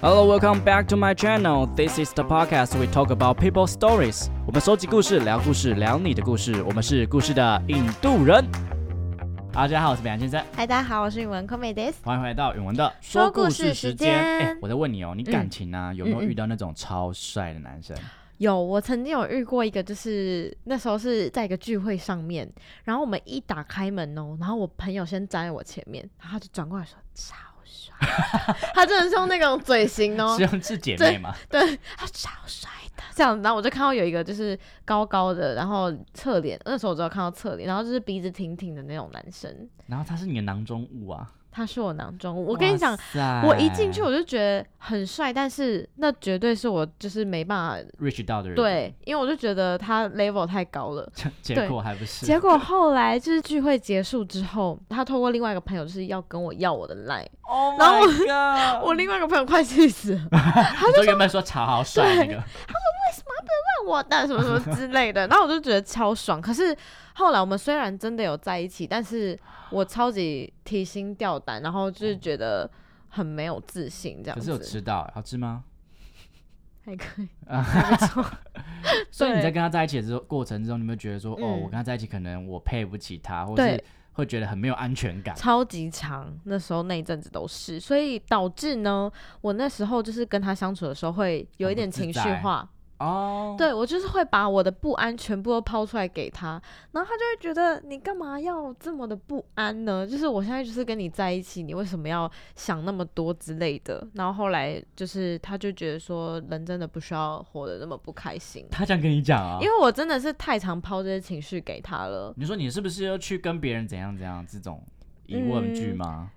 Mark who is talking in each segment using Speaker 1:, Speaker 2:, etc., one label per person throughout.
Speaker 1: Hello, welcome back to my channel. This is the podcast we talk about people stories. 我们收集故事，聊故事，聊你的故事。我们是故事的印度人。好，大家好，我是北洋先生，
Speaker 2: 嗨，大家好，我是允文 c o m e d e s
Speaker 1: 欢迎回到允文的
Speaker 2: 说故事时间
Speaker 1: 哎我在问你哦，你感情啊有没有
Speaker 2: 嗯嗯
Speaker 1: 遇到那种超帅的男生？
Speaker 2: 有，我曾经有遇过一个，就是那时候是在一个聚会上面，然后我们一打开门哦，然后我朋友先站在我前面，然后他就转过来说超帅，他真的 是用那种嘴型哦
Speaker 1: 是，啊用是姐妹吗？
Speaker 2: 对，他超帅的这样子，然后我就看到有一个就是高高的，然后侧脸，那时候我只有看到侧脸，然后就是鼻子挺挺的那种男生，
Speaker 1: 然后他是你的囊中物啊！
Speaker 2: 他是我囊中物，我跟你讲
Speaker 1: 哇。塞，
Speaker 2: 我一进去我就觉得很帅，但是那绝对是我就是没办法
Speaker 1: reach 到的人，，
Speaker 2: 对，因为我就觉得他 level 太高了。
Speaker 1: 结果还不是
Speaker 2: 结果后来就是聚会结束之后，他透过另外一个朋友就是要跟我要我的 line，、
Speaker 1: ，Oh
Speaker 2: 然后
Speaker 1: my god！
Speaker 2: 我另外一个朋友快气死了，
Speaker 1: 你说原本说超好帅那
Speaker 2: 对
Speaker 1: 个，
Speaker 2: 我的什么什么之类的，然后我就觉得超爽。可是后来我们虽然真的有在一起，但是我超级提心吊胆，然后就是觉得很没有自信这
Speaker 1: 哦
Speaker 2: 样
Speaker 1: 可是有
Speaker 2: 子，
Speaker 1: 吃到，好吃吗？
Speaker 2: 还 可以，
Speaker 1: 啊
Speaker 2: 还不错。
Speaker 1: 所以你
Speaker 2: 对
Speaker 1: 在跟他在一起的时候过程中，你有没有觉得说，哦，
Speaker 2: 嗯
Speaker 1: 我跟他在一起可能我配不起他，或是
Speaker 2: 对
Speaker 1: 会觉得很没有安全感？
Speaker 2: 超级长，那时候那一阵子都是，所以导致呢，我那时候就是跟他相处的时候会有一点情绪化，
Speaker 1: 哦，
Speaker 2: 对我就是会把我的不安全部都抛出来给他，然后他就会觉得你干嘛要这么的不安呢？就是我现在就是跟你在一起，你为什么要想那么多之类的？然后后来就是他就觉得说，人真的不需要活得那么不开心，
Speaker 1: 他这样跟你讲啊
Speaker 2: 因？为我真的是太常抛这些情绪给他了。
Speaker 1: 你说你是不是要去跟别人怎样怎样这种疑问句
Speaker 2: 嗯
Speaker 1: 吗？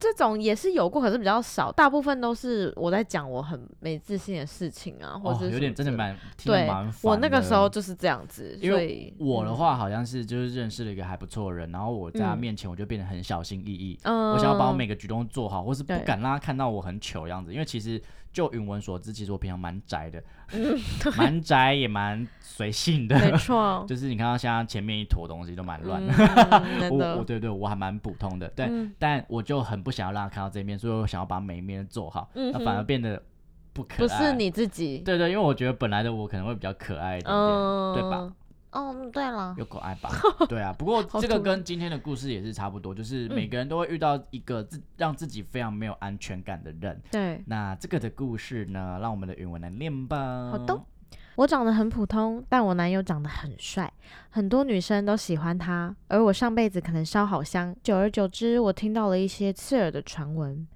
Speaker 2: 这种也是有过，可是比较少，大部分都是我在讲我很没自信的事情啊，或
Speaker 1: 哦
Speaker 2: 者、，
Speaker 1: 有点真的。蛮听得
Speaker 2: 对
Speaker 1: 蛮，烦
Speaker 2: 我那个
Speaker 1: 的
Speaker 2: 时候就是这样子，
Speaker 1: 因
Speaker 2: 所
Speaker 1: 为
Speaker 2: 以
Speaker 1: 我的，话好像是就是认识了一个还不错的人，然后我在他
Speaker 2: 嗯
Speaker 1: 面前我就变得很小心翼翼，
Speaker 2: 嗯，
Speaker 1: 我想要把我每个举动做好，或是不
Speaker 2: 对
Speaker 1: 敢让他看到我很糗的样子。因为其实就允文所知，其实我平常蛮宅的，
Speaker 2: 嗯，
Speaker 1: 蛮宅也蛮随性的，
Speaker 2: 没错，
Speaker 1: 就是你看到现在前面一坨东西都蛮乱的。
Speaker 2: 哦嗯真
Speaker 1: 我我
Speaker 2: 的，
Speaker 1: 对对，我还蛮普通的，但、
Speaker 2: 嗯
Speaker 1: 但我就很不想要让他看到这一面，所以我想要把每一面都做好，
Speaker 2: 嗯
Speaker 1: 那
Speaker 2: 哼
Speaker 1: 反而变得不可爱。
Speaker 2: 不是，你自己，
Speaker 1: 对对，因为我觉得本来的我可能会比较可爱一点点，
Speaker 2: 嗯，
Speaker 1: 对吧？
Speaker 2: 嗯，对了，
Speaker 1: 有可爱 吧？对啊，不过
Speaker 2: 好
Speaker 1: 这个
Speaker 2: 突然
Speaker 1: 跟今天的故事也是差不多，就是每个人都会遇到一个自让自己非常没有安全感的人。
Speaker 2: 对
Speaker 1: 那这个的故事呢，让我们的允文来念吧。
Speaker 2: 好的我长得很普通，但我男友长得很帅，很多女生都喜欢他，而我上辈子可能烧好香。久而久之，我听到了一些刺耳的传闻。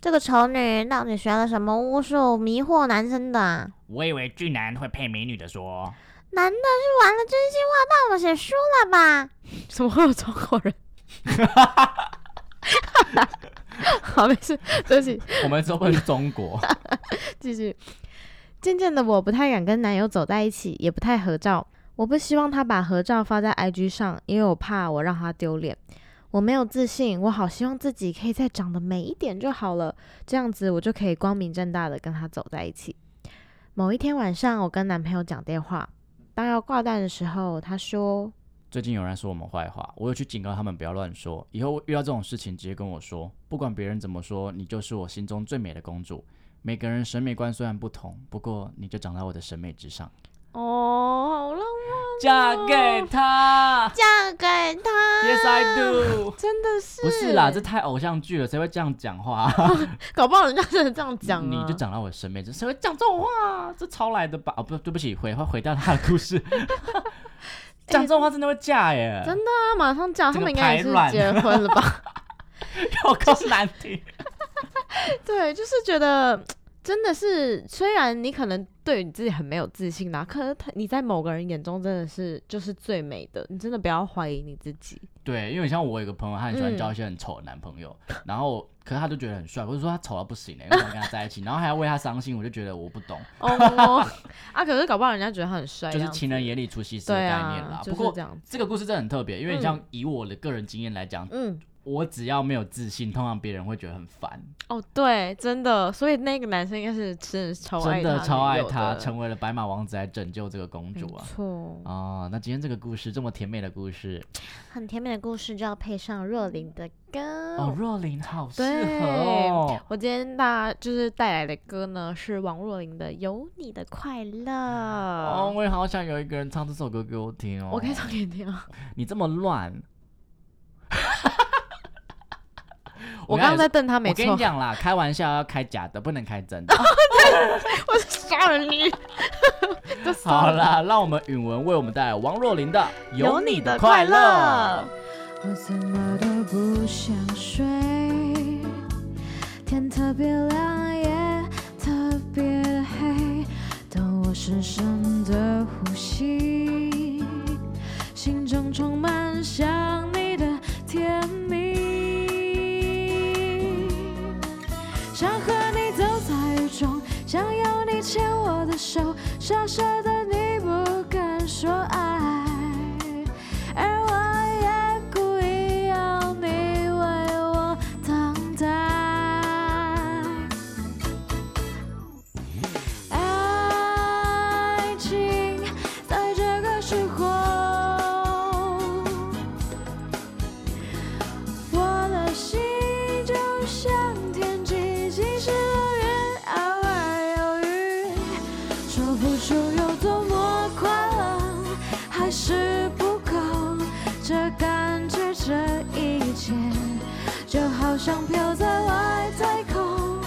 Speaker 3: 这个丑女到底学了什么巫术迷惑男生的啊、
Speaker 1: 我以为巨男会配美女的说，
Speaker 3: 难道是玩了真心话大冒险输了吧？
Speaker 2: 怎么会有中国人？ 好，没事，对不起，
Speaker 1: 我们都会是中国，
Speaker 2: 继续。渐渐的，我不太敢跟男友走在一起，也不太合照。我不希望他把合照发在 IG 上，因为我怕我让他丢脸。我没有自信，我好希望自己可以再长得美一点就好了，这样子我就可以光明正大的跟他走在一起。某一天晚上，我跟男朋友讲电话，当要挂断的时候，他说
Speaker 1: 最近有人说我们坏话，我有去警告他们不要乱说，以后遇到这种事情直接跟我说，不管别人怎么说，你就是我心中最美的公主。每个人审美观虽然不同，不过你就长在我的审美之上，：“
Speaker 2: 哦，好浪
Speaker 1: 嫁给他。
Speaker 3: 嫁给他，
Speaker 1: Yes, I do。
Speaker 2: 真的是
Speaker 1: 不是啦，这太偶像剧了，谁会这样讲话、啊？
Speaker 2: 搞不好人家真的这样讲、啊，
Speaker 1: 你就讲到我身边，这谁会讲这种话、啊？这抄来的吧？哦，不，对不起，回回到他的故 事。讲这种话真的会嫁耶，
Speaker 2: 真的啊，马上讲，
Speaker 1: 这
Speaker 2: 他
Speaker 1: 个
Speaker 2: 们应该也
Speaker 1: 排
Speaker 2: 是
Speaker 1: 卵
Speaker 2: 结婚了吧？
Speaker 1: 有够难听。
Speaker 2: 对，就是觉得真的是，虽然你可能对你自己很没有自信啦，可是他你在某个人眼中真的是就是最美的，你真的不要怀疑你自己。
Speaker 1: 对，因为像我有个朋友，他很喜欢
Speaker 2: 嗯
Speaker 1: 交一些很丑的男朋友，然后可是他就觉得很帅，我就说他丑到不行哎、欸，为什么跟他在一起？然后还要为他伤心，我就觉得我不懂，
Speaker 2: 哦 啊，可是搞不好人家觉得他很帅这
Speaker 1: 就是
Speaker 2: 样子，
Speaker 1: 情人眼里出西施的
Speaker 2: 对
Speaker 1: 概念啦
Speaker 2: 啊。，
Speaker 1: 不
Speaker 2: 就是
Speaker 1: 过
Speaker 2: 这样子。
Speaker 1: 这个故事真的很特别，因为
Speaker 2: 嗯
Speaker 1: 像以我的个人经验来讲，
Speaker 2: 嗯，
Speaker 1: 我只要没有自信，通常别人会觉得很烦，
Speaker 2: 哦，对，真的，所以那个男生应该是真的超爱
Speaker 1: 真的
Speaker 2: 她
Speaker 1: 超
Speaker 2: 女
Speaker 1: 爱
Speaker 2: 友
Speaker 1: 她，
Speaker 2: 的嗯
Speaker 1: 成为了白马王子来拯救这个公主啊
Speaker 2: 没！错，
Speaker 1: 哦，那今天这个故事这么甜美的故事
Speaker 3: 很甜美的故事就要配上若琳的歌。
Speaker 1: 哦，若琳好适
Speaker 2: 对
Speaker 1: 合哦。
Speaker 2: 我今天大家就是带来的歌呢是王若琳的《有你的快乐》。
Speaker 1: 哦，我也好想有一个人唱这首歌给我听哦。
Speaker 2: 我可以唱给你听啊！
Speaker 1: 你这么乱，
Speaker 2: 我刚刚在
Speaker 1: 跟
Speaker 2: 瞪他，
Speaker 1: 你
Speaker 2: 没
Speaker 1: 我跟
Speaker 2: 错
Speaker 1: 你，讲啦，开玩笑要开假的，不能开真的。
Speaker 2: 我是杀人女。 就算
Speaker 1: 好
Speaker 2: 了
Speaker 1: 啦，让我们允文为我们带来王若琳的《
Speaker 2: 有你的快乐。
Speaker 4: 我怎么都不想睡，天特别亮，也特别黑。当我深深的呼吸，心中充满想你的甜蜜。想和你走在雨中，想要你牵我的手，傻傻的你不敢说爱，而我也故意要你为我等待。爱情在这个时候，我的心就像天气，晴时多云，偶尔有雨，说不出有多么快乐，还是不够。这感觉，这一切，就好像飘在外太空，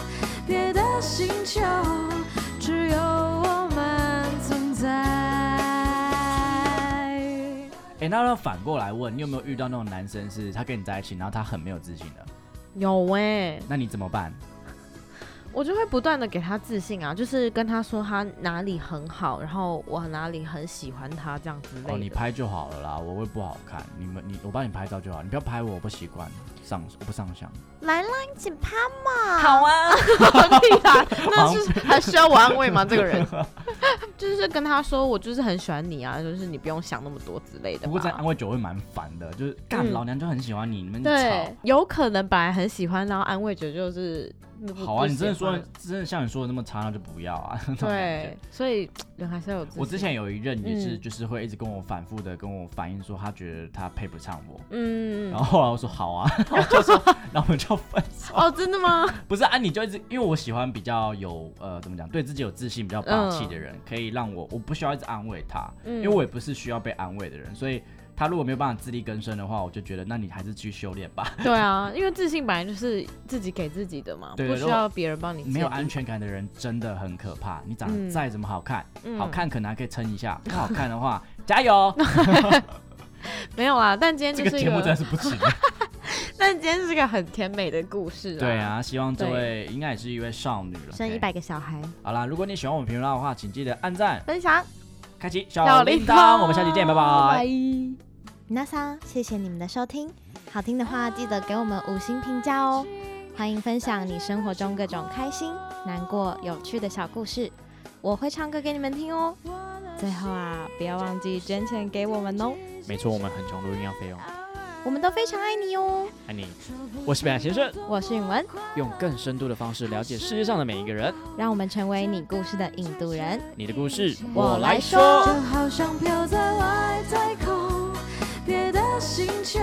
Speaker 4: 别的星球，只有我们存在。
Speaker 1: 哎、那要反过来问，你有没有遇到那种男生是他跟你在一起，然后他很没有自信的？
Speaker 2: 有哎、
Speaker 1: 那你怎么办？
Speaker 2: 我就会不断的给他自信啊，就是跟他说他哪里很好，然后我哪里很喜欢他这样之类的。
Speaker 1: 哦，你拍就好了啦，我会不好看。你们，你我帮你拍照就好，你不要拍我，我不习惯上，我不上相。
Speaker 3: 来啦，一起拍嘛！
Speaker 2: 好啊，屁 啦，那是还需要我安慰吗？这个人 就是跟他说我就是很喜欢你啊，就是你不用想那么多之类的
Speaker 1: 不过在安
Speaker 2: 吧。
Speaker 1: 慰久会蛮烦的，就是干、
Speaker 2: 嗯
Speaker 1: 老娘就很喜欢你，你们吵
Speaker 2: 对。，有可能本来很喜欢，然后安慰觉就是那不
Speaker 1: 好啊，你真的说，
Speaker 2: 不
Speaker 1: 真的像你说的那么差，那就不要啊。那
Speaker 2: 喜
Speaker 1: 种
Speaker 2: 欢
Speaker 1: 感觉
Speaker 2: 对，所以人还是要有自信。
Speaker 1: 我之前有一任也是，
Speaker 2: 嗯
Speaker 1: 就是会一直跟我反复的跟我反映说，他觉得他配不上我。
Speaker 2: 嗯
Speaker 1: 然后后来我说好啊，然后就说，然后我们就分手。
Speaker 2: 哦，真的吗？
Speaker 1: 不是啊，你就一直因为我喜欢比较有呃怎么讲，对自己有自信、比较霸气的人，可以让我我不需要一直安慰他，
Speaker 2: 嗯
Speaker 1: 因为我也不是需要被安慰的人，所以他如果没有办法自力更生的话，我就觉得那你还是去修炼吧。
Speaker 2: 对啊，因为自信本来就是自己给自己的嘛，
Speaker 1: 对
Speaker 2: 不需要别人帮你建立。
Speaker 1: 没有安全感的人真的很可怕，你长得
Speaker 2: 嗯
Speaker 1: 再怎么好看，
Speaker 2: 嗯
Speaker 1: 好看可能还可以撑一下，不 好看的话加油。
Speaker 2: 没有啊？但今天
Speaker 1: 这
Speaker 2: 就
Speaker 1: 个
Speaker 2: 是一
Speaker 1: 节目真的
Speaker 2: 个，
Speaker 1: 是不行。
Speaker 2: 但今天是一个很甜美的故事。
Speaker 1: 对，啊，希望这
Speaker 2: 对
Speaker 1: 位应该也是一位少女了。
Speaker 3: 生
Speaker 1: OK
Speaker 3: 一百个小孩，
Speaker 1: 好啦，如果你喜欢我们评论的话，请记得按赞、
Speaker 2: 分享
Speaker 1: 开启小铃铛。我们下期见，拜拜。
Speaker 3: 那桑，谢谢你们的收听。好听的话，记得给我们五星评价哦。欢迎分享你生活中各种开心、难过、有趣的小故事，我会唱歌给你们听哦。
Speaker 4: 最
Speaker 3: 最
Speaker 4: 后
Speaker 3: 后
Speaker 4: 啊，
Speaker 3: 啊，不要忘记捐钱给我们哦，
Speaker 5: 没错，我们很穷，录音要
Speaker 1: 哦
Speaker 5: 费用。
Speaker 3: 我们都非常爱你哦。
Speaker 5: 爱你，
Speaker 4: 我是北岸先生，
Speaker 3: 我是允文，
Speaker 5: 用更深度的方式了解世界上的每一个人。
Speaker 3: 让我们成为你故事的引渡人。
Speaker 5: 你的故事，
Speaker 3: 我来
Speaker 4: 就好像飘在外太空，别的星球，